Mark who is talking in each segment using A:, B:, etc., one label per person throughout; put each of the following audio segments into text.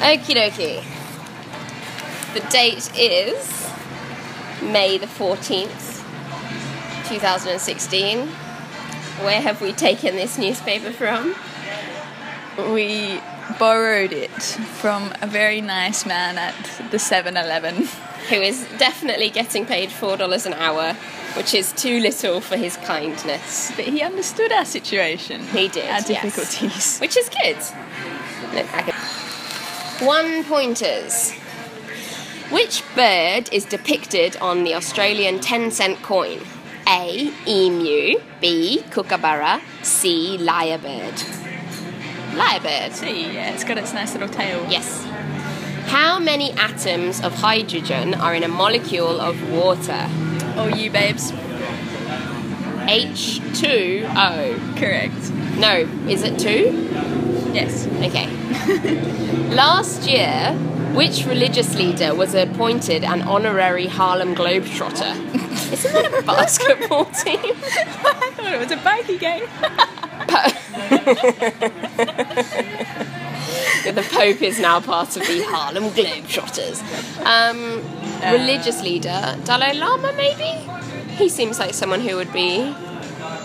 A: Okie dokie. The date is May the 14th, 2016. Where have we taken this newspaper from?
B: We borrowed it from a very nice man at the 7 Eleven.
A: Who is definitely getting paid $4 an hour, which is too little for his kindness.
B: But he understood our situation.
A: He did,
B: Our
A: yes.
B: difficulties.
A: which is good. Look back at- One pointers. Which bird is depicted on the Australian 10 cent coin? A. Emu. B. Kookaburra. C. Lyrebird. Lyrebird.
B: See, yeah, it's got its nice little tail.
A: Yes. How many atoms of hydrogen are in a molecule of water?
B: All you babes.
A: H2O.
B: Correct.
A: No, is it two?
B: Yes.
A: Okay. Last year, which religious leader was appointed an honorary Harlem Globetrotter? Isn't that a basketball team?
B: I thought it was a bikie game.
A: the Pope is now part of the Harlem Globetrotters. Um,
B: Uh.
A: religious leader, Dalai Lama, maybe? He seems like someone who would be.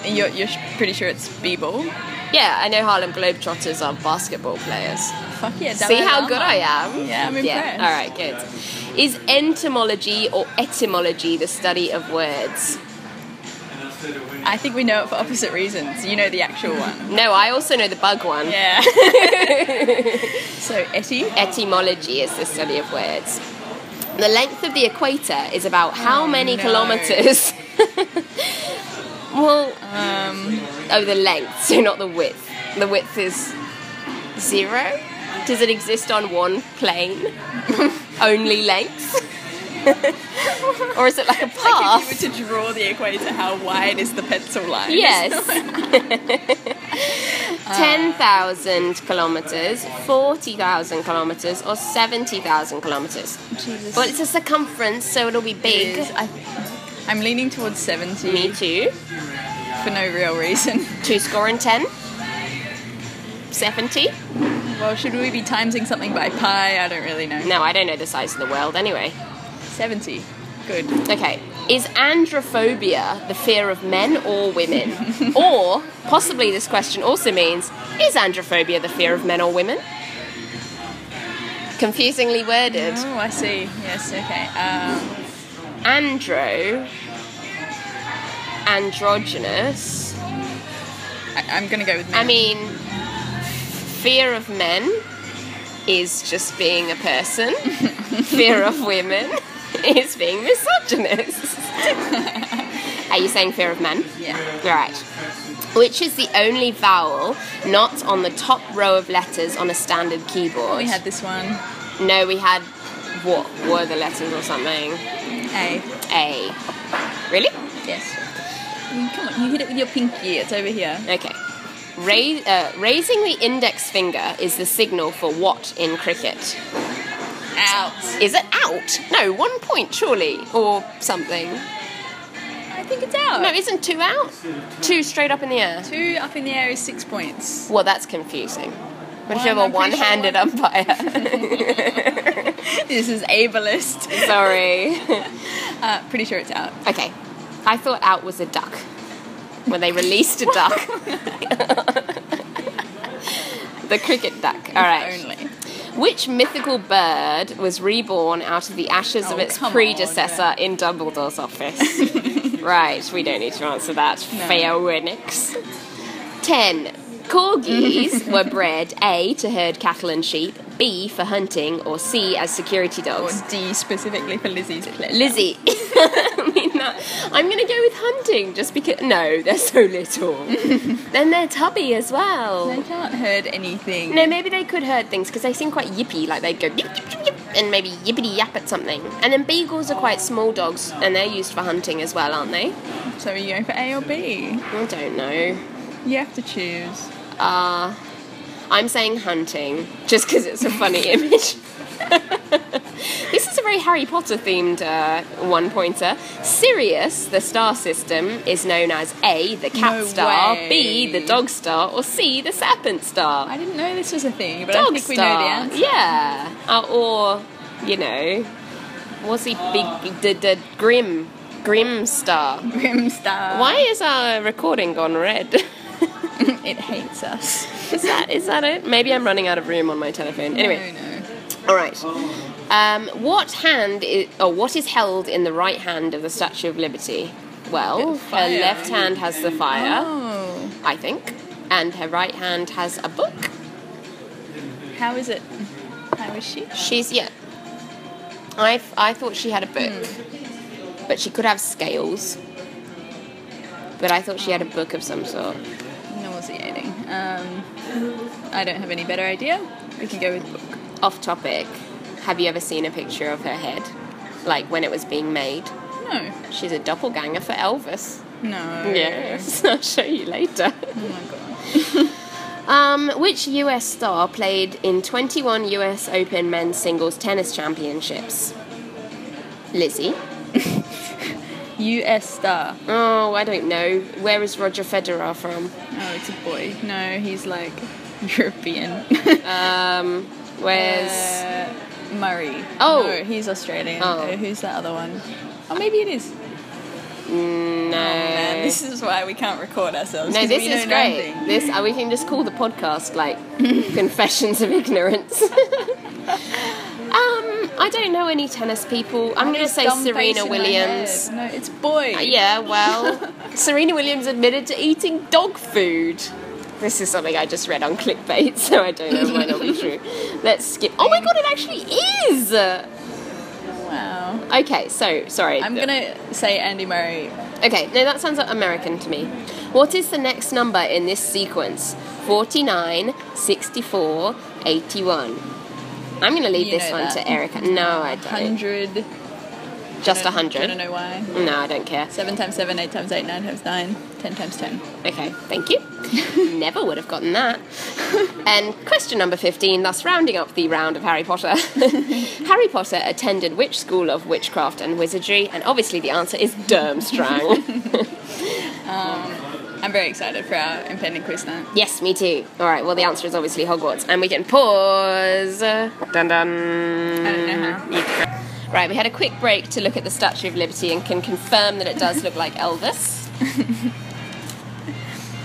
B: You're, you're sh- pretty sure it's b-ball.
A: Yeah, I know Harlem Globetrotters are basketball players.
B: Fuck yeah.
A: See how good I am.
B: Yeah, I'm impressed.
A: all right, good. Is entomology or etymology the study of words?
B: I think we know it for opposite reasons. You know the actual one.
A: No, I also know the bug one.
B: Yeah. so Etty.
A: Etymology is the study of words. The length of the equator is about how many
B: no.
A: kilometers? well, oh, the length, so not the width. The width is zero. Does it exist on one plane? Only length? or is it like a path?
B: If you were to draw the equator, how wide is the pencil line?
A: Yes. 10,000 kilometers, 40,000 kilometers, or 70,000 kilometers.
B: Jesus.
A: Well, it's a circumference, so it'll be big.
B: Is- I, I'm leaning towards 70
A: Me too.
B: for no real reason.
A: Two score and ten. 70?
B: Well, should we be timesing something by pi? I don't really know.
A: No, I don't know the size of the world anyway.
B: 70. Good.
A: Okay. Is androphobia the fear of men or women? or, possibly this question also means, is androphobia the fear of men or women? Confusingly worded.
B: Oh, I see. Yes, okay. Um,
A: andro androgynous
B: I, I'm going to go with
A: i
B: men.
A: mean fear of men is just being a person fear of women is being misogynist are you saying fear of men
B: yeah.
A: all right which is the only vowel not on the top row of letters on a standard keyboard
B: Oh, We had this one.
A: no we had what were the letters or something
B: A.
A: a really
B: Yes. Come on, you hit it with your pinky. It's over here.
A: Okay. Ra- uh, raising the index finger is the signal for what in cricket?
B: Out.
A: Is it out? No, one point surely, or something.
B: I think it's out.
A: No, isn't two out? Two straight up in the air.
B: Two up in the air is six points.
A: Well, that's confusing. What if you have a
B: One, I'm pretty sure
A: one-handed umpire?
B: this is ableist.
A: Sorry.
B: Uh, pretty sure it's out.
A: Okay. I thought out was a duck when they released a duck. the cricket duck. All right.
B: Only.
A: Which mythical bird was reborn out of the ashes of
B: Oh,
A: its
B: come on,
A: predecessor in Dumbledore's office? right, we don't need to answer that.
B: No.
A: Fair Winix. 10. Corgis were bred A to herd cattle and sheep, B for hunting, or C as security
B: Or
A: dogs.
B: D specifically for Lizzie's pleasure.
A: Lizzie. I mean, no, I'm going to go with hunting just because. No, they're so little. then they're tubby as well.
B: They can't herd anything.
A: No, maybe they could herd things because they seem quite yippy. Like they go yip, yip, yip, yip, and maybe yippity yap at something. And then beagles are quite small dogs, and they're used for hunting as well, aren't they?
B: So are you going for A or B?
A: I don't know.
B: You have to choose.
A: Uh, I'm saying hunting just because it's a funny image. this is a very Harry Potter themed uh, one pointer. Sirius, the star system, is known as A, the cat
B: No
A: star,
B: way.
A: B, the dog star, or C, the serpent star.
B: I didn't know this was a thing, but I
A: dog
B: think
A: star.
B: we know the answer.
A: Yeah. Uh, or, you know, what's he? Big, the, the Grim. Grim star.
B: Grimstar.
A: Why is our recording gone red?
B: it hates us.
A: is that is that it? Maybe I'm running out of room on my telephone. Anyway.
B: No, no.
A: All right. Um, what hand is, or what is held in the right hand of the Statue of Liberty? Well, her
B: fire.
A: left hand has the fire,
B: Oh,
A: I think, and her right hand has a book.
B: how is it? How is she?
A: She's yeah. I, I thought she had a book, but she could have scales. But I thought she had a book of some sort.
B: Nauseating. Um, I don't have any better idea. We can go with book.
A: Off topic. Have you ever seen a picture of her head, like when it was being made?
B: No.
A: She's a doppelganger for Elvis.
B: No.
A: Yes, I'll show you later.
B: Oh my god.
A: Um, which US star played in 21 US Open men's singles tennis championships? Lizzie.
B: U.S. star.
A: Oh, I don't know. Where is Roger Federer from?
B: Oh, it's a boy. No, he's like European.
A: Um, where's.
B: Uh, Murray.
A: Oh.
B: No, he's Australian.
A: Oh.
B: Uh, who's that other one? Oh, maybe it is.
A: no.
B: oh, Man, this is why we can't record ourselves.
A: Eh. no,
B: 'cause
A: this
B: we
A: is
B: know
A: great.
B: nothing.
A: This uh, we can just call the podcast like "Confessions of Ignorance." um, I don't know any tennis people. I'm going to
B: This
A: say
B: dumb face
A: Serena
B: in my
A: Williams.
B: head. No, it's boy.
A: Uh, Yeah, well, Serena Williams admitted to eating dog food. This is something I just read on clickbait, so I don't know it might not be true. Let's skip. Oh my god, it actually is!
B: Wow.
A: Okay, so, sorry.
B: I'm gonna say Andy Murray.
A: Okay, no, that sounds like American to me. What is the next number in this sequence? 49, 64, 81. I'm gonna leave
B: You
A: this
B: know
A: one
B: that.
A: to Erica. No, I don't.
B: Hundred.
A: Just
B: I don't-
A: 100.
B: I don't know why.
A: No, I don't care.
B: Seven times seven, eight times eight, nine times nine, ten times ten.
A: Okay, thank you. Never would have gotten that. and question number 15, thus rounding up the round of Harry Potter. Harry Potter attended which school of witchcraft and wizardry? And obviously the answer is Durmstrang.
B: I'm very excited for our impending quiz night.
A: yes, me too. All right, well, the answer is obviously Hogwarts. And we can pause. Dun dun.
B: I don't know
A: Mm.
B: how.
A: Right, we had a quick break to look at the Statue of Liberty and can confirm that it does look like Elvis.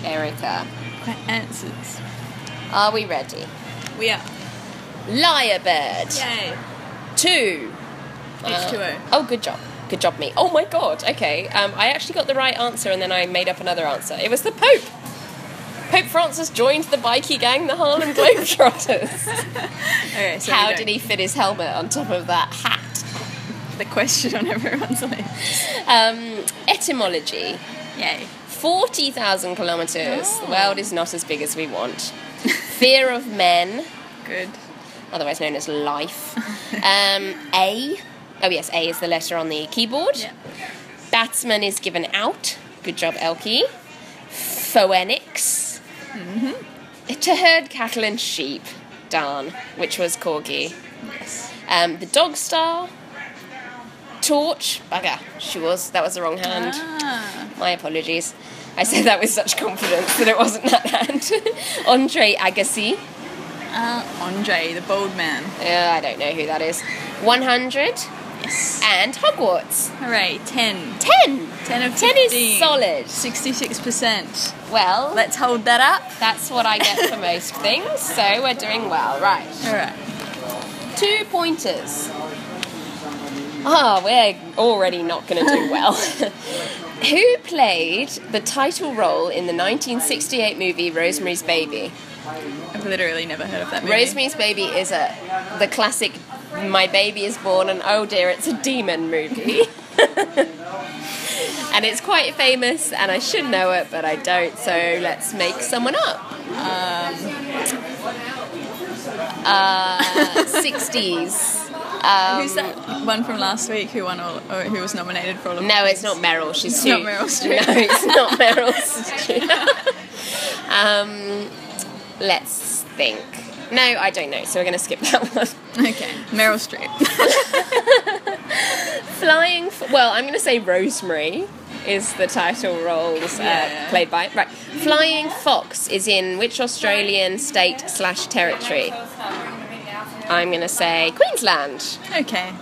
A: Erica,
B: What answers?
A: are we ready?
B: We are.
A: Liar bird.
B: Yay.
A: Two.
B: H2O.
A: Oh, good job. Good job, me. Oh my god. Okay. Um, I actually got the right answer and then I made up another answer. It was the Pope. Pope Francis joined the bikey gang, the Harlem Globetrotters.
B: Okay, so
A: How
B: we
A: did
B: don't-
A: he fit his helmet on top of that hat?
B: The question on everyone's lips.
A: Um, etymology.
B: Yay.
A: 40,000 kilometres. The
B: Oh.
A: world is not as big as we want. Fear of men,
B: Good.
A: otherwise known as life. Um, A. Oh, yes, A is the letter on the keyboard.
B: Yeah.
A: Batsman is given out. Good job, Elkie. Phoenix. To herd cattle and sheep. Darn, which was corgi.
B: Yes.
A: Um, the dog star. Torch. Bugger. She was. That was the wrong hand.
B: Ah.
A: My apologies. I said that with such confidence that it wasn't that hand. Andre Agassi.
B: Uh, Andre, the bold man.
A: Uh, I don't know who that is. 100.
B: Yes.
A: And Hogwarts.
B: Hooray, 10.
A: 10.
B: 10 of
A: 10 is
B: 15.
A: solid.
B: 66%.
A: Well,
B: Let's hold that up.
A: That's what I get for most things, so we're doing well. Right.
B: Alright.
A: Two pointers. Ah, we're already not going to do well. Who played the title role in the 1968 movie Rosemary's Baby?
B: I've literally never heard of that movie.
A: Rosemary's Baby is a the classic my baby is born and oh dear it's a demon movie. and it's quite famous and I should know it but I don't so let's make someone up. Um, uh, 60s.
B: Who's that Um, one from last week who won all, or who was nominated for all of
A: No, it's not Meryl. She's
B: It's not
A: too-
B: Meryl Streep.
A: No, it's not Meryl Streep. um, let's think. No, I don't know. So we're going to skip that one.
B: Okay. Meryl Streep.
A: Flying. F- well, I'm going to say Rosemary is the title roles uh,
B: Yeah.
A: played by. Right. Flying Fox is in which Australian state slash territory? I'm going to say Queensland.
B: Okay.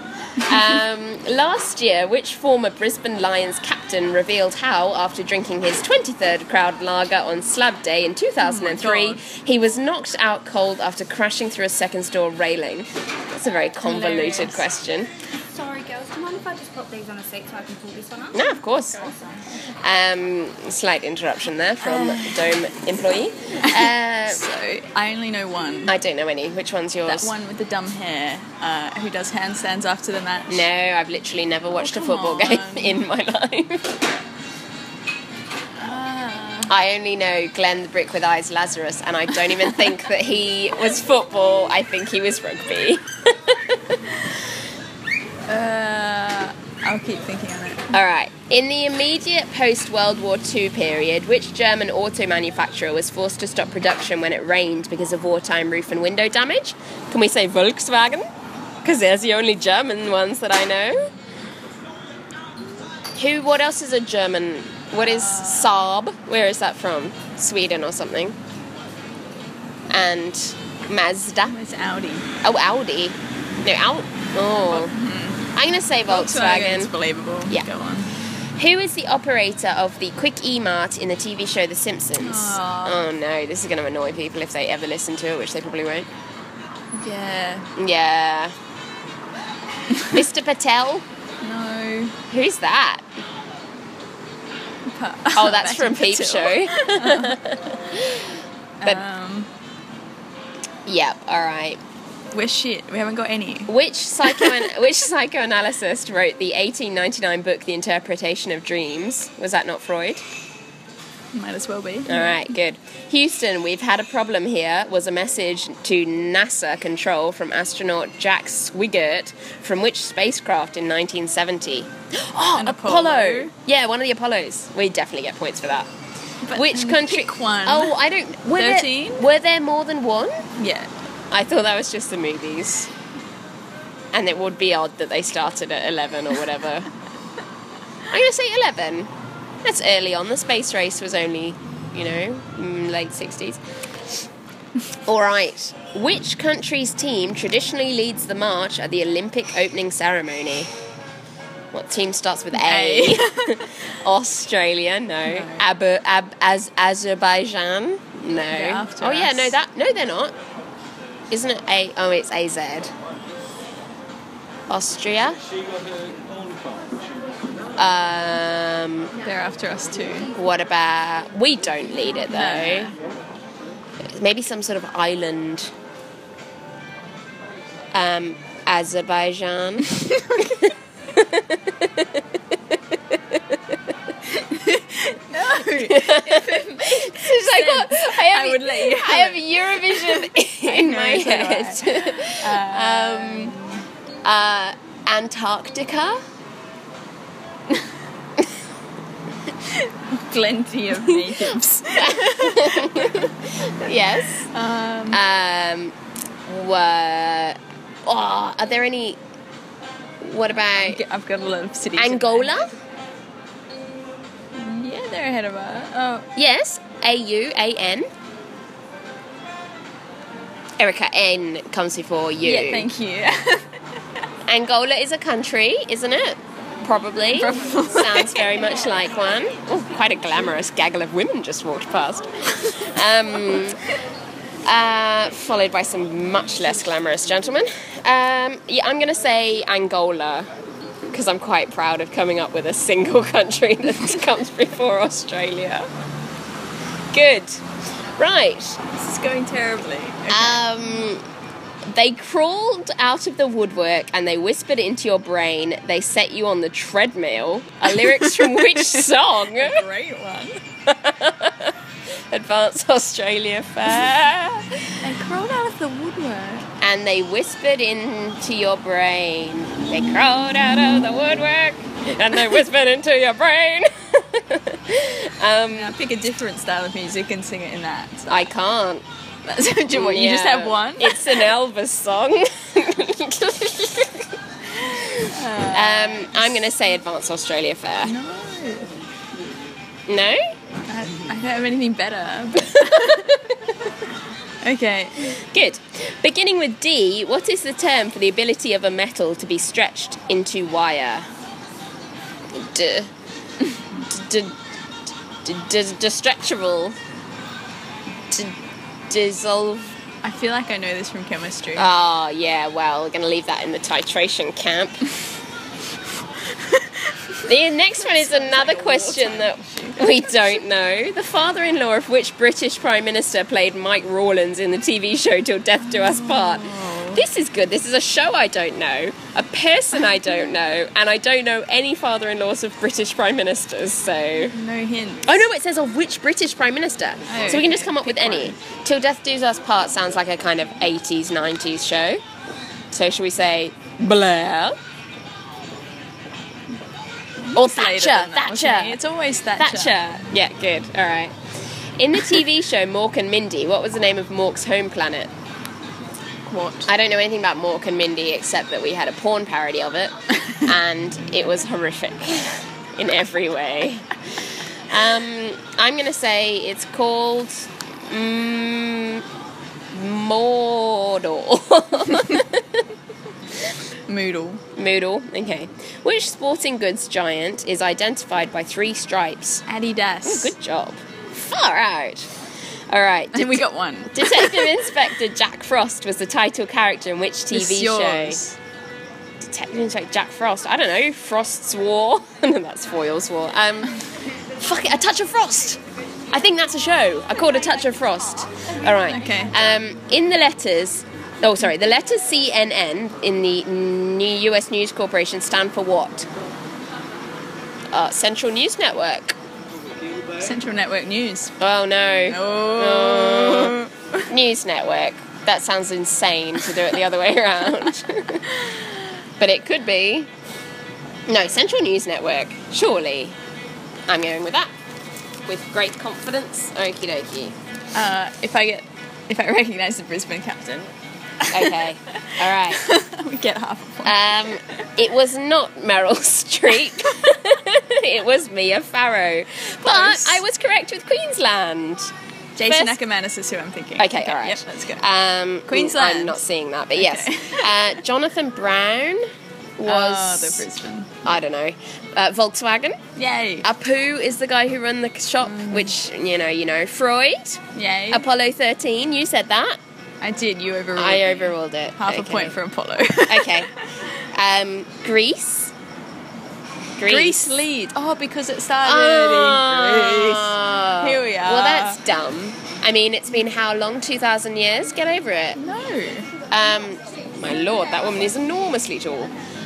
A: Um, last year, which former Brisbane Lions captain revealed how, after drinking his 23rd crowd lager on Slab Day in 2003,
B: God.
A: he was knocked out cold after crashing through a second store railing? That's a very convoluted
B: Hilarious.
A: question.
C: Sorry, girls, do you mind if I just pop these on a seat so I can pull this one up?
A: No, of course.
C: Awesome.
A: Um, slight interruption there from Dome employee. Uh,
B: So I only know one.
A: I don't know any. Which one's
B: That
A: yours?
B: one with the dumb hair uh, who does handstands after the match.
A: No, I've literally never watched a
B: Oh, come
A: football game
B: on.
A: in my life.
B: Ah.
A: I only know Glenn the Brick with Eyes Lazarus, and I don't even think that he was football. I think he was rugby.
B: Uh, I'll keep thinking on it.
A: All right. In the immediate post World War II period, which German auto manufacturer was forced to stop production when it rained because of wartime roof and window damage? Can we say Volkswagen? Because they're the only German ones that I know. Who? What else is a German? What is Saab? Where is that from? Sweden or something? And Mazda.
B: It's Audi.
A: Oh, Audi. No, Audi. Oh. I'm going to say
B: It's believable.
A: Yeah.
B: Go on.
A: who is the operator of the Quick E Mart in the TV show The Simpsons?
B: Aw.
A: Oh no, this is going to annoy people if they ever listen to it, which they probably won't.
B: Yeah.
A: Yeah. Mr. Patel?
B: No.
A: Who's that? Oh, that's from Peep Show. But-
B: um,
A: Yep, alright.
B: we're shit. We haven't got any.
A: Which, psychoan- which psychoanalyst wrote the 1899 book, The Interpretation of Dreams? Was that not Freud?
B: Might as well be.
A: All right, good. Houston, we've had a problem here. Was a message to NASA control from astronaut Jack Swigert from which spacecraft in 1970? Oh,
B: An
A: Apollo.
B: Apollo.
A: Yeah, one of the Apollos. We definitely get points for that.
B: But
A: which
B: mm,
A: country?
B: Pick one.
A: Oh, I don't. Were there,
B: Thirteen?
A: were there more than one?
B: yeah.
A: I thought that was just the movies. And it would be odd that they started at 11 or whatever. I'm going to say 11. That's early on. The space race was only, you know, mm, late 60s. All right. Which country's team traditionally leads the march at the Olympic opening ceremony? What team starts with A? Australia, no. Abu, Ab, Az, Azerbaijan, no.
B: after
A: oh yeah,
B: us.
A: no that no they're not. Isn't it A? Oh, it's AZ. Austria. Um,
B: They're after us too.
A: what about? We don't need it though. Maybe some sort of island. Um, Azerbaijan.
B: No.
A: It's like, what? I, have,
B: I would let you
A: I have Eurovision in
B: know,
A: my
B: so do I.
A: head. um, uh, Antarctica.
B: Plenty of natives.
A: Yes.
B: um,
A: Um, were, oh, are there any? What about
B: I've got a lot of cities. in
A: Angola?
B: there. Yeah, they're ahead of us. Oh,
A: Yes, A U A N. Erica, N comes before U.
B: yeah. Thank you.
A: Angola is a country, isn't it? Probably.
B: Probably.
A: Sounds very much like one. Oh, quite a glamorous gaggle of women just walked past. Um, uh, followed by some much less glamorous gentlemen. Um, yeah, I'm going to say Angola because I'm quite proud of coming up with a single country that comes before Australia. Good. Right.
B: this is going terribly. Okay.
A: Um, they crawled out of the woodwork and they whispered into your brain. They set you on the treadmill. Are lyrics from which song?
B: Great one.
A: Advance Australia Fair.
B: I crawled out of the woodwork.
A: and they whispered into your brain. They crawled out of the woodwork and they whispered into your brain.
B: Now pick a different style of music and sing it in that. So
A: I can't.
B: that's what you, want. you just
A: Yeah.
B: have one.
A: It's an Elvis song. Um, I'm going to say Advanced Australia Fair.
B: No,
A: No?
B: I, I don't have anything better. okay,
A: Good. Beginning with D, what is the term for the ability of a metal to be stretched into wire? D. D. D. d- Distractable. D. Dissolve.
B: I feel like I know this from chemistry.
A: Ah, yeah, well, we're going to leave that in the titration camp. the next one is another question that we don't know. The father in law of which British Prime Minister played Mike Rawlins in the TV show Till Death Do Us Part? This is good. This is a show I don't know, a person I don't know, and I don't know any father in laws of British Prime Ministers, so.
B: no hint.
A: Oh no, it says of which British Prime Minister.
B: Oh,
A: so we can just
B: okay.
A: come up with
B: Pick
A: any.
B: one.
A: Till Death Do Us Part sounds like a kind of 80s, 90s show. So shall we say Blair? Or
B: Later
A: Thatcher?
B: than that, wasn't
A: Thatcher.
B: it? It's always Thatcher.
A: Thatcher. Yeah, good. All right. In the TV show Mork and Mindy, what was the name of Mork's home planet?
B: What?
A: I don't know anything about Mork and Mindy except that we had a porn parody of it, and it was horrific in every way. Um, I'm going to say it's called mm, Mordor.
B: Moodle.
A: Moodle, okay. Which sporting goods giant is identified by three stripes?
B: Adidas.
A: Oh, good job. Far out. All right.
B: And we got one.
A: Detective Inspector Jack Frost was the title character in which TV
B: It's
A: show?
B: yours.
A: Detective Inspector Jack Frost. I don't know. Frost's War. no, that's Foyle's War. Um, fuck it. A Touch of Frost. I think that's a show. I called A Touch of Frost. All right.
B: Okay.
A: Um, in the letters. Oh, sorry. The letters CNN in the new U.S. News Corporation stand for what? Uh, Central News Network.
B: Central Network News.
A: Oh no.
B: Oh.
A: News Network. That sounds insane to do it the other way around. but it could be. No, Central News Network. Surely. I'm going with that. With great confidence. Okie dokie.
B: Uh, if I get, if I recognise the Brisbane captain,
A: Okay. All right.
B: we get half a point.
A: Um, it was not Meryl Streep. it was Mia Farrow. But
B: Close.
A: I was correct with Queensland.
B: Jason
A: first-
B: Ackermanis is who I'm thinking.
A: Okay, all right.
B: Yep, let's go.
A: Um,
B: Queensland.
A: I'm not seeing that, but yes. Uh, Jonathan Brown
B: oh,
A: was.
B: the Brisbane.
A: I don't know. Uh, Volkswagen.
B: Yay.
A: Apu is the guy who run the shop, which you know, you know. Freud.
B: Yay.
A: Apollo 13. You said that.
B: I did. You overruled.
A: I
B: me.
A: overruled it.
B: Half a
A: Okay.
B: point for Apollo.
A: okay. Um, Greece. Greece.
B: Greece lead. Oh, because it started
A: Ah.
B: in Greece. Here we are.
A: Well, that's dumb. I mean, it's been how long? 2,000 years? Get over it.
B: no.
A: Um, my lord, that woman is enormously tall.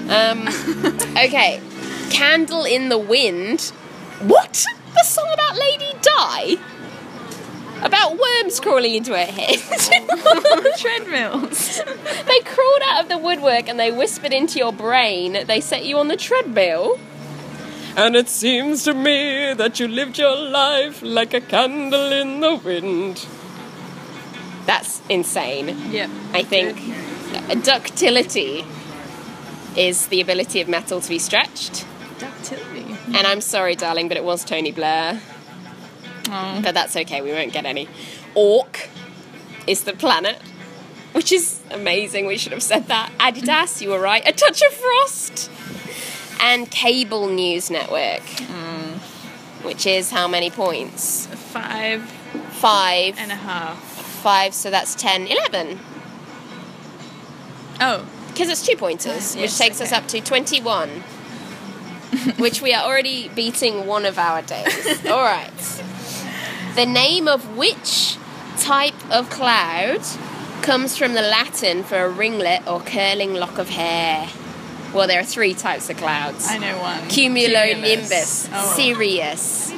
A: Um, okay, Candle in the Wind. What? The song about Lady Di? About worms crawling into her head.
B: Treadmills.
A: they crawled out of the woodwork and they whispered into your brain. They set you on the treadmill. And it seems to me that you lived your life like a candle in the wind. That's insane.
B: yep.
A: I think ductility is the ability of metal to be stretched.
B: Ductility.
A: And I'm sorry, darling, but it was Tony Blair.
B: Oh.
A: But that's okay, we won't get any. Orc is the planet, which is amazing. We should have said that. Adidas, you were right. A touch of frost. And cable news network,
B: Mm.
A: which is how many points?
B: Five
A: Five.
B: and a half.
A: Five, so that's ten. Eleven.
B: Oh,
A: Because it's two pointers,
B: Ah,
A: which
B: yes,
A: takes us
B: okay.
A: up to 21, which we are already beating one of our days. All right. The name of which type of cloud comes from the Latin for a ringlet or curling lock of hair? Well, there are three types of clouds
B: I know one.
A: cumulonimbus,
B: Cumulus. Oh.
A: Sirius,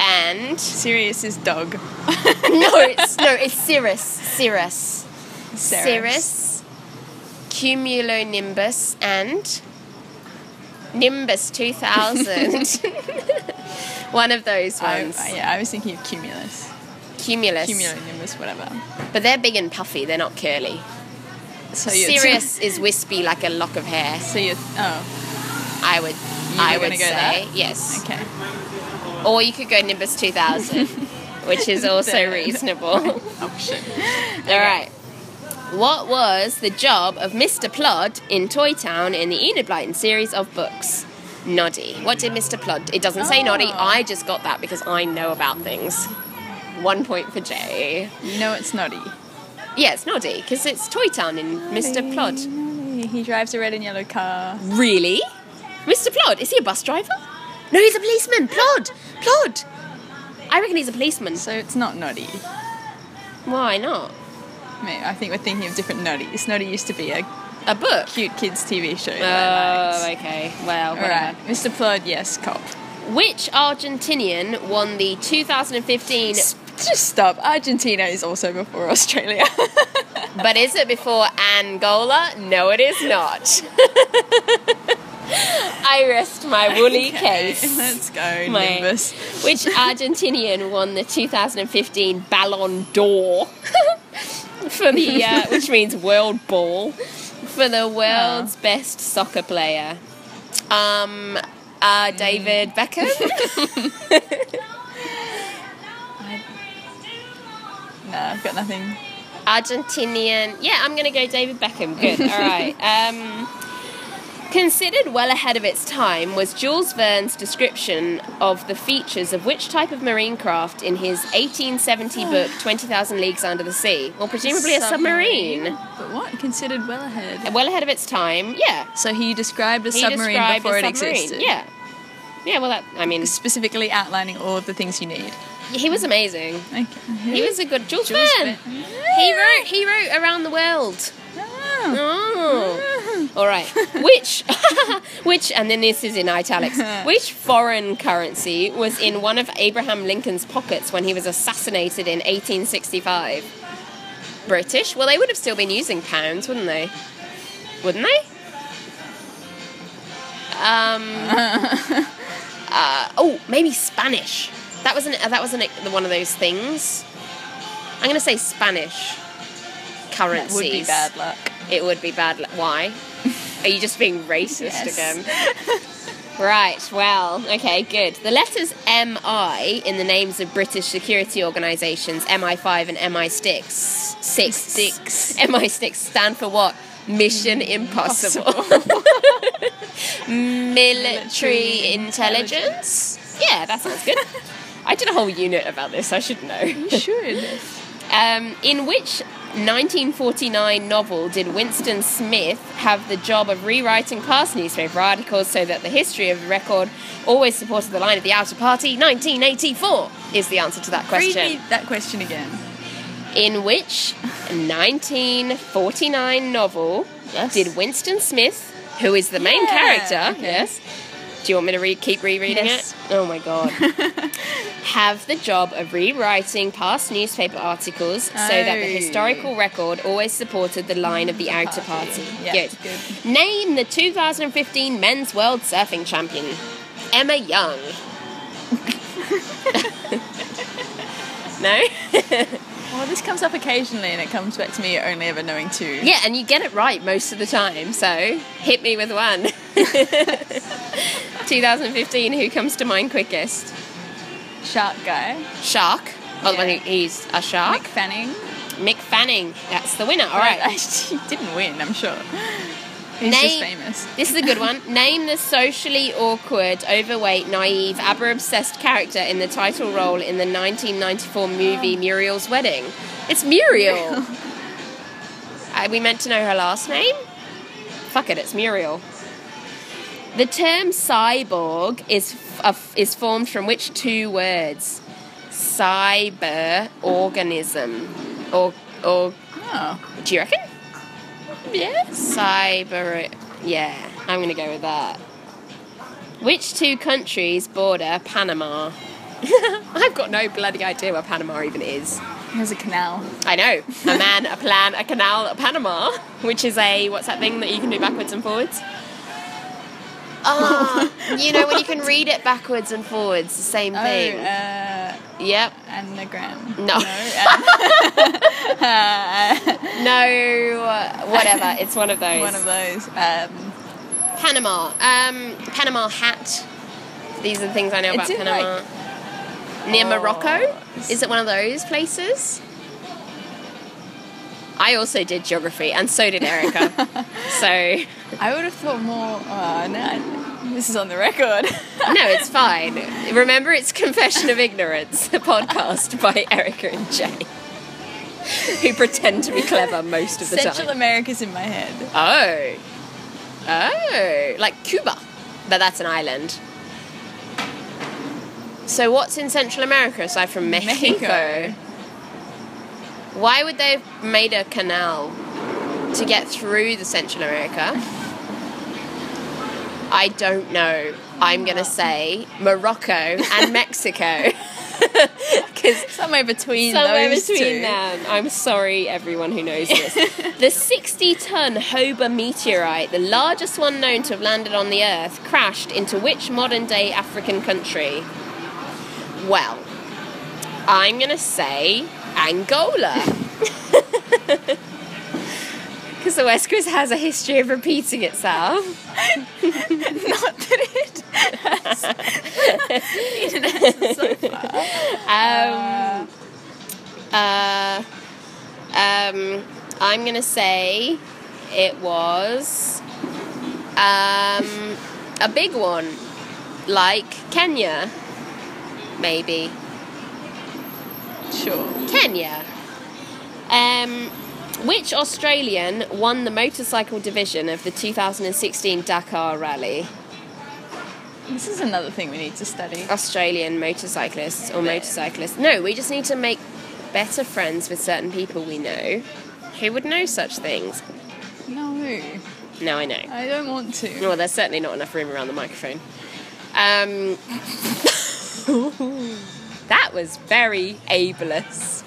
A: and.
B: Sirius is dog.
A: No, it's, no, it's Cirrus. Cirrus. Cirrus, Cumulonimbus, and Nimbus 2000. One of those
B: I,
A: ones.
B: I- yeah, I was thinking of cumulus.
A: Cumulus.
B: Cumulonimbus, whatever.
A: But they're big and puffy, they're not curly.
B: So you're
A: Sirius is wispy like a lock of hair.
B: so you oh
A: I would,
B: You
A: I
B: were
A: would
B: gonna
A: say
B: go there?
A: yes.
B: okay.
A: Or you could go Nimbus 2000, which is also
B: There.
A: reasonable.
B: Option.
A: All right. What was the job of Mr. Plod in Toy Town in the Enid Blyton series of books? Noddy. What did Mr. Plod? It doesn't say Noddy.
B: Oh.
A: I just got that because I know about things. One point for Jay.
B: You know it's naughty.
A: Yeah, it's Noddy because it's Toy Town in Mr. Plod.
B: He drives a red and yellow car.
A: Really? Mr. Plod? Is he a bus driver? No, he's a policeman. Plod. Plod. I reckon he's a policeman.
B: So it's not naughty.
A: Why not?
B: I mean, I think we're thinking of different naughties. Naughty used to be a
A: A book.
B: cute kids TV show.
A: Oh, okay. Well,
B: All
A: whatever.
B: right, Mr. Plod, yes, cop.
A: Which Argentinian won the 2015?
B: S- Just stop. Argentina is also before Australia.
A: But is it before Angola? No, it is not. I rest my woolly
B: Okay,
A: case.
B: Let's go,
A: My-
B: Nimbus.
A: Which Argentinian won the 2015 Ballon d'Or for the, uh, which means World Ball, for the world's best soccer player? Um, uh, David Beckham.
B: No, I've got nothing.
A: Argentinian. Yeah, I'm going to go David Beckham. Good. All right. Um, considered well ahead of its time was Jules Verne's description of the features of which type of marine craft in his 1870 book 20,000 Leagues Under the Sea. Well, presumably a submarine.
B: But what? Considered well ahead.
A: Well ahead of its time. Yeah.
B: So he described a
A: He
B: submarine
A: described
B: before
A: a
B: it
A: submarine.
B: existed.
A: Yeah. Yeah, well, that, I mean,
B: Specifically outlining all of the things you need.
A: he was amazing.
B: Okay.
A: He was a good Jules,
B: Jules
A: Verne.
B: Verne.
A: He wrote. He wrote around the world.
B: Oh.
A: Oh.
B: Mm.
A: All right. Which, which, and then this is in italics. Which foreign currency was in one of Abraham Lincoln's pockets when he was assassinated in 1865? British. Well, they would have still been using pounds, wouldn't they? Wouldn't they? Um. uh, oh, maybe Spanish. That was an. uh, That was an, e, one of those things. I'm gonna say Spanish currencies.
B: Would be bad luck.
A: It would be bad. luck. Why? Are you just being racist
B: Yes.
A: again? right, well, okay, good. The letters MI in the names of British security organisations, MI5 and MI6, six,
B: Six. Mm,
A: MI6 stand for what? Mission Impossible. Military
B: Military
A: Intelligence? Yeah, that sounds good. I did a whole unit about this, I should know.
B: You should.
A: Um, in which 1949 novel did Winston Smith have the job of rewriting past newspaper articles so that the history of the record always supported the line of the outer party? 1984 is the answer to that
B: Read
A: question.
B: me that question again.
A: In which 1949 novel
B: Yes.
A: did Winston Smith, who is the main
B: Yeah,
A: character,
B: okay.
A: yes, do you want me to re- keep rereading
B: Yes.
A: it? Oh my god. Have the job of rewriting past newspaper articles so that the
B: Oh. Mm,
A: historical record always supported the line of the outer party.
B: party. Yeah,
A: Good. Name the 2015 Men's World Surfing Champion, Emma Young. no?
B: Well, this comes up occasionally, and it comes back to me only ever knowing two.
A: Yeah, and you get it right most of the time, so hit me with one. 2015, who comes to mind quickest?
B: Shark guy,
A: Shark. Oh,
B: Yeah.
A: well, he's a shark.
B: Nick Fanning.
A: Mick Fanning. That's the winner. Ah. All right.
B: he didn't win. I'm sure. He's just
A: Name-
B: famous.
A: This is a good one. Name the socially awkward, overweight, naive, ABBA obsessed character in the title role in the 1994 movie Muriel's Wedding. It's Muriel. Uh, we meant to know her last name? Fuck it, it's Muriel. The term cyborg is, f- of- is formed from which two words? Cyber organism. Or, or,
B: Oh,
A: do you reckon?
B: yes.
A: Cyber. Yeah, I'm gonna go with that. Which two countries border Panama? I've got no bloody idea where Panama even is.
B: There's a canal.
A: I know. A man, a plan, a canal, a Panama, which is a what's that thing that you can do backwards and forwards? Ah, you know when you can read it backwards and forwards, the same
B: Oh,
A: thing.
B: uh,
A: yep.
B: anagram.
A: No. No, uh, whatever. It's one of those.
B: One of those. Um,
A: Panama. Um, Panama hat. These are the things I know
B: It's
A: about
B: in, Oh.
A: Panama. Near Morocco? Is it one of those places? I also did geography, and so did Erica. so,
B: I would have thought more. Oh, no, this is on the record.
A: no, it's fine. Remember, it's Confession of Ignorance, the podcast by Erica and Jay, who pretend to be clever most of the
B: Central
A: time.
B: America's in my head.
A: Oh. Oh. Like Cuba. But that's an island. So what's in Central America aside from Mexico?
B: Mexico.
A: Why would they have made a canal to get through the Central America? I don't know. I'm going to say Morocco and Mexico. Because
B: Somewhere between
A: somewhere
B: those
A: between
B: two.
A: them. I'm sorry, everyone who knows this. the 60 ton Hoba meteorite, the largest one known to have landed on the Earth, crashed into which modern day African country? Well, I'm going to say Angola. Because the West Coast has a history of repeating itself.
B: Not that it
A: Um, uh, um, I'm gonna say it was um, a big one, like Kenya, maybe
B: Sure.
A: Kenya. Um, which Australian won the motorcycle division of the 2016 Dakar Rally?
B: This is another thing we need to study.
A: Australian motorcyclists or motorcyclists. No, we just need to make better friends with certain people we know who would know such things.
B: No,
A: No, I know.
B: I don't want to.
A: Well, there's certainly not enough room around the microphone. Um, that was very ableist.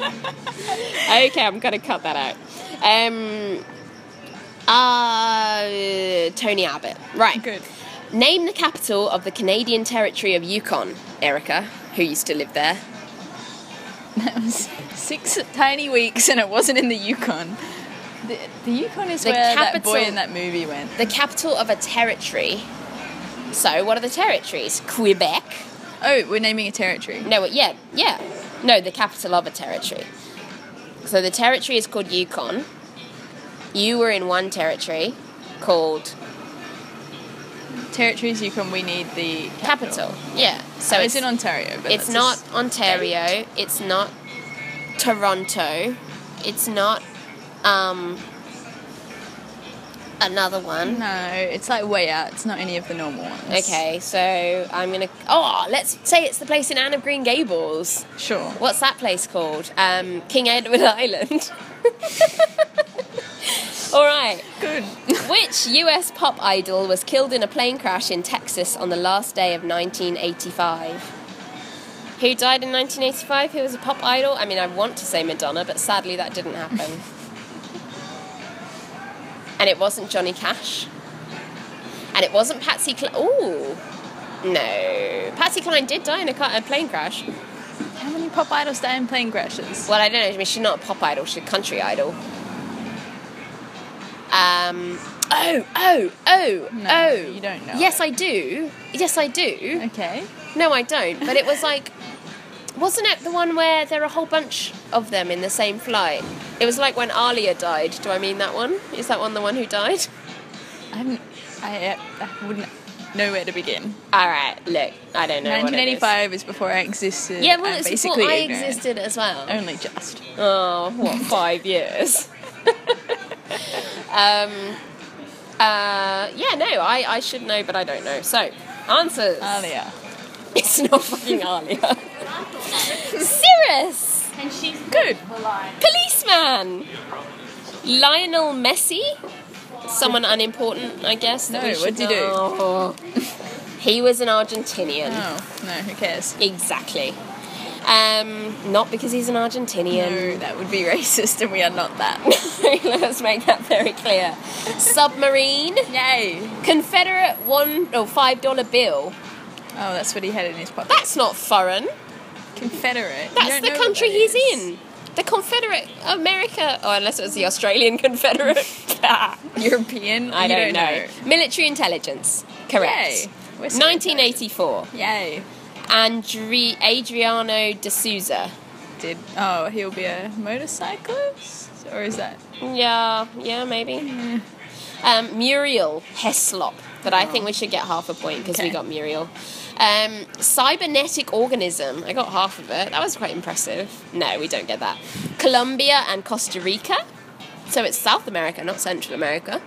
A: okay, I'm gonna cut that out. Um, uh, Tony Abbott. Right.
B: Good.
A: Name the capital of the Canadian territory of Yukon, Erica, who used to live there.
B: That was six tiny weeks and it wasn't in the Yukon. The, the Yukon is
A: The
B: where
A: capital-
B: that boy in that movie went.
A: The capital of a territory. So, what are the territories? Quebec.
B: Oh, we're naming a territory.
A: No, yeah, yeah. No, the capital of a territory. So, the territory is called Yukon. You were in one territory called
B: Territories Yukon, we need the capital.
A: capital. Yeah. So,
B: So
A: it's,
B: it's, in Ontario, but
A: it's
B: that's a
A: not
B: s-
A: Ontario. It's not Toronto. It's not um, another one.
B: No, it's like way out. It's not any of the normal ones.
A: Okay, so I'm gonna. Oh, let's say it's the place in Anne of Green Gables.
B: Sure.
A: What's that place called? Um, King Edward Island. All right.
B: Good.
A: Which US pop idol was killed in a plane crash in Texas on the last day of 1985? Who died in 1985? Who was a pop idol? I mean, I want to say Madonna, but sadly that didn't happen. and it wasn't Johnny Cash. And it wasn't Patsy Cline. Ooh. No. Patsy Cline did die in a, car- a plane crash.
B: How many pop idols die in plane crashes?
A: Well, I don't know. I mean, she's not a pop idol. She's a country idol. Um. Oh, oh, oh,
B: No,
A: oh.
B: you don't know
A: Yes,
B: it.
A: I do. Yes, I do.
B: Okay.
A: No, I don't. But it was like, wasn't it the one where there are a whole bunch of them in the same flight? It was like when Alia died. Do I mean that one? Is that one the one who died?
B: I'm, I, uh, I wouldn't know where to begin.
A: All right. Look, I don't know. what it is.
B: 1985 is. before I existed.
A: Yeah, well,
B: I'm
A: it's before
B: basically
A: I
B: ignorant.
A: existed as well.
B: Only just.
A: Oh, what, five years? um, uh, yeah, no, I, I should know, but I don't know. So, answers.
B: Alia.
A: It's not fucking Alia. Cirrus!
C: And she's
B: Good.
C: blind.
A: Policeman! Lionel Messi? Someone unimportant, I guess. that
B: No,
A: we should
B: what'd he do?
A: know. he was an Argentinian.
B: Oh, no, who cares?
A: Exactly. Um, not because he's an Argentinian.
B: No, that would be racist, and we are not that.
A: Let's make that very clear. Submarine,
B: Yay!
A: Confederate one or five dollar bill.
B: Oh, that's what he had in his pocket.
A: That's not foreign.
B: Confederate. You
A: That's
B: don't
A: the
B: know what
A: country
B: that
A: he's
B: is.
A: in. The Confederate America, or unless it was the Australian Confederate. I
B: European.
A: don't,
B: You
A: know. Military intelligence, correct.
B: Yay. We're so
A: 1984.
B: Yay!
A: Andri- Adriano de Souza.
B: Did oh he'll be a motorcyclist or is that
A: Yeah, yeah, maybe. Um, Muriel Heslop, but I think we should get half a point because we
B: Okay.
A: got Muriel. Um, cybernetic organism. I got half of it. That was quite impressive. No, we don't get that. Colombia and Costa Rica. So it's South America, not Central America.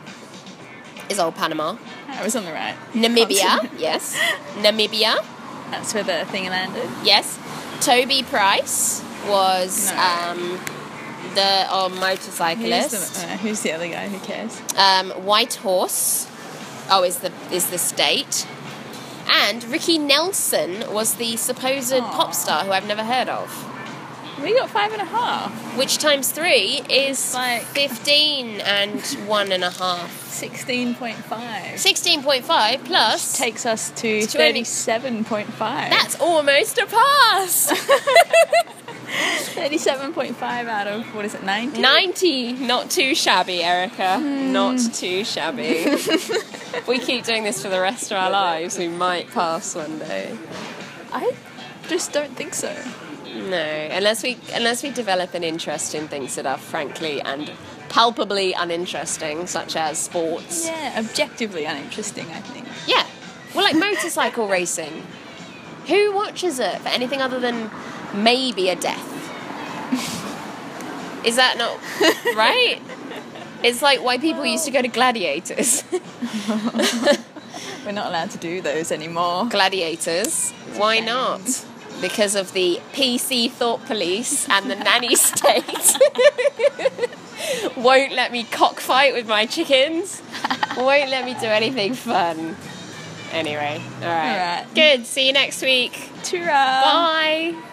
A: Is old Panama.
B: I was on the right.
A: Namibia,
B: Continent.
A: yes. Namibia,
B: That's where the thing landed.
A: yes. Toby Price was
B: No.
A: um, the oh, motorcyclist.
B: Who's the, uh, who's the other guy? Who cares?
A: um, White Horse. Oh, is the is the state. And Ricky Nelson was the supposed pop star who I've never heard of.
B: We got five and a half.
A: Which times three is
B: Like-
A: fifteen and one and a half.
B: Sixteen point five.
A: Sixteen point five plus.
B: Takes us to
A: It's twenty-
B: thirty-seven point five.
A: that's almost a pass.
B: thirty-seven point five out of what is it? Ninety.
A: Ninety, not too shabby, Erica. Not too shabby. if we keep doing this for the rest of our lives, we might pass one day.
B: I just don't think so.
A: No, unless we unless we develop an interest in things that are frankly and palpably uninteresting, such as sports.
B: Yeah, objectively uninteresting. I think.
A: Yeah, well, like motorcycle racing. Who watches it for anything other than maybe a death? Is that not right? It's like why people used to go to gladiators.
B: We're not allowed to do those anymore.
A: gladiators. Why not? Because of the PC Thought Police and the nanny state won't let me cockfight with my chickens, won't let me do anything fun. Anyway, all right.
B: All right.
A: Good. See you next week.
B: Toorah.
A: Bye.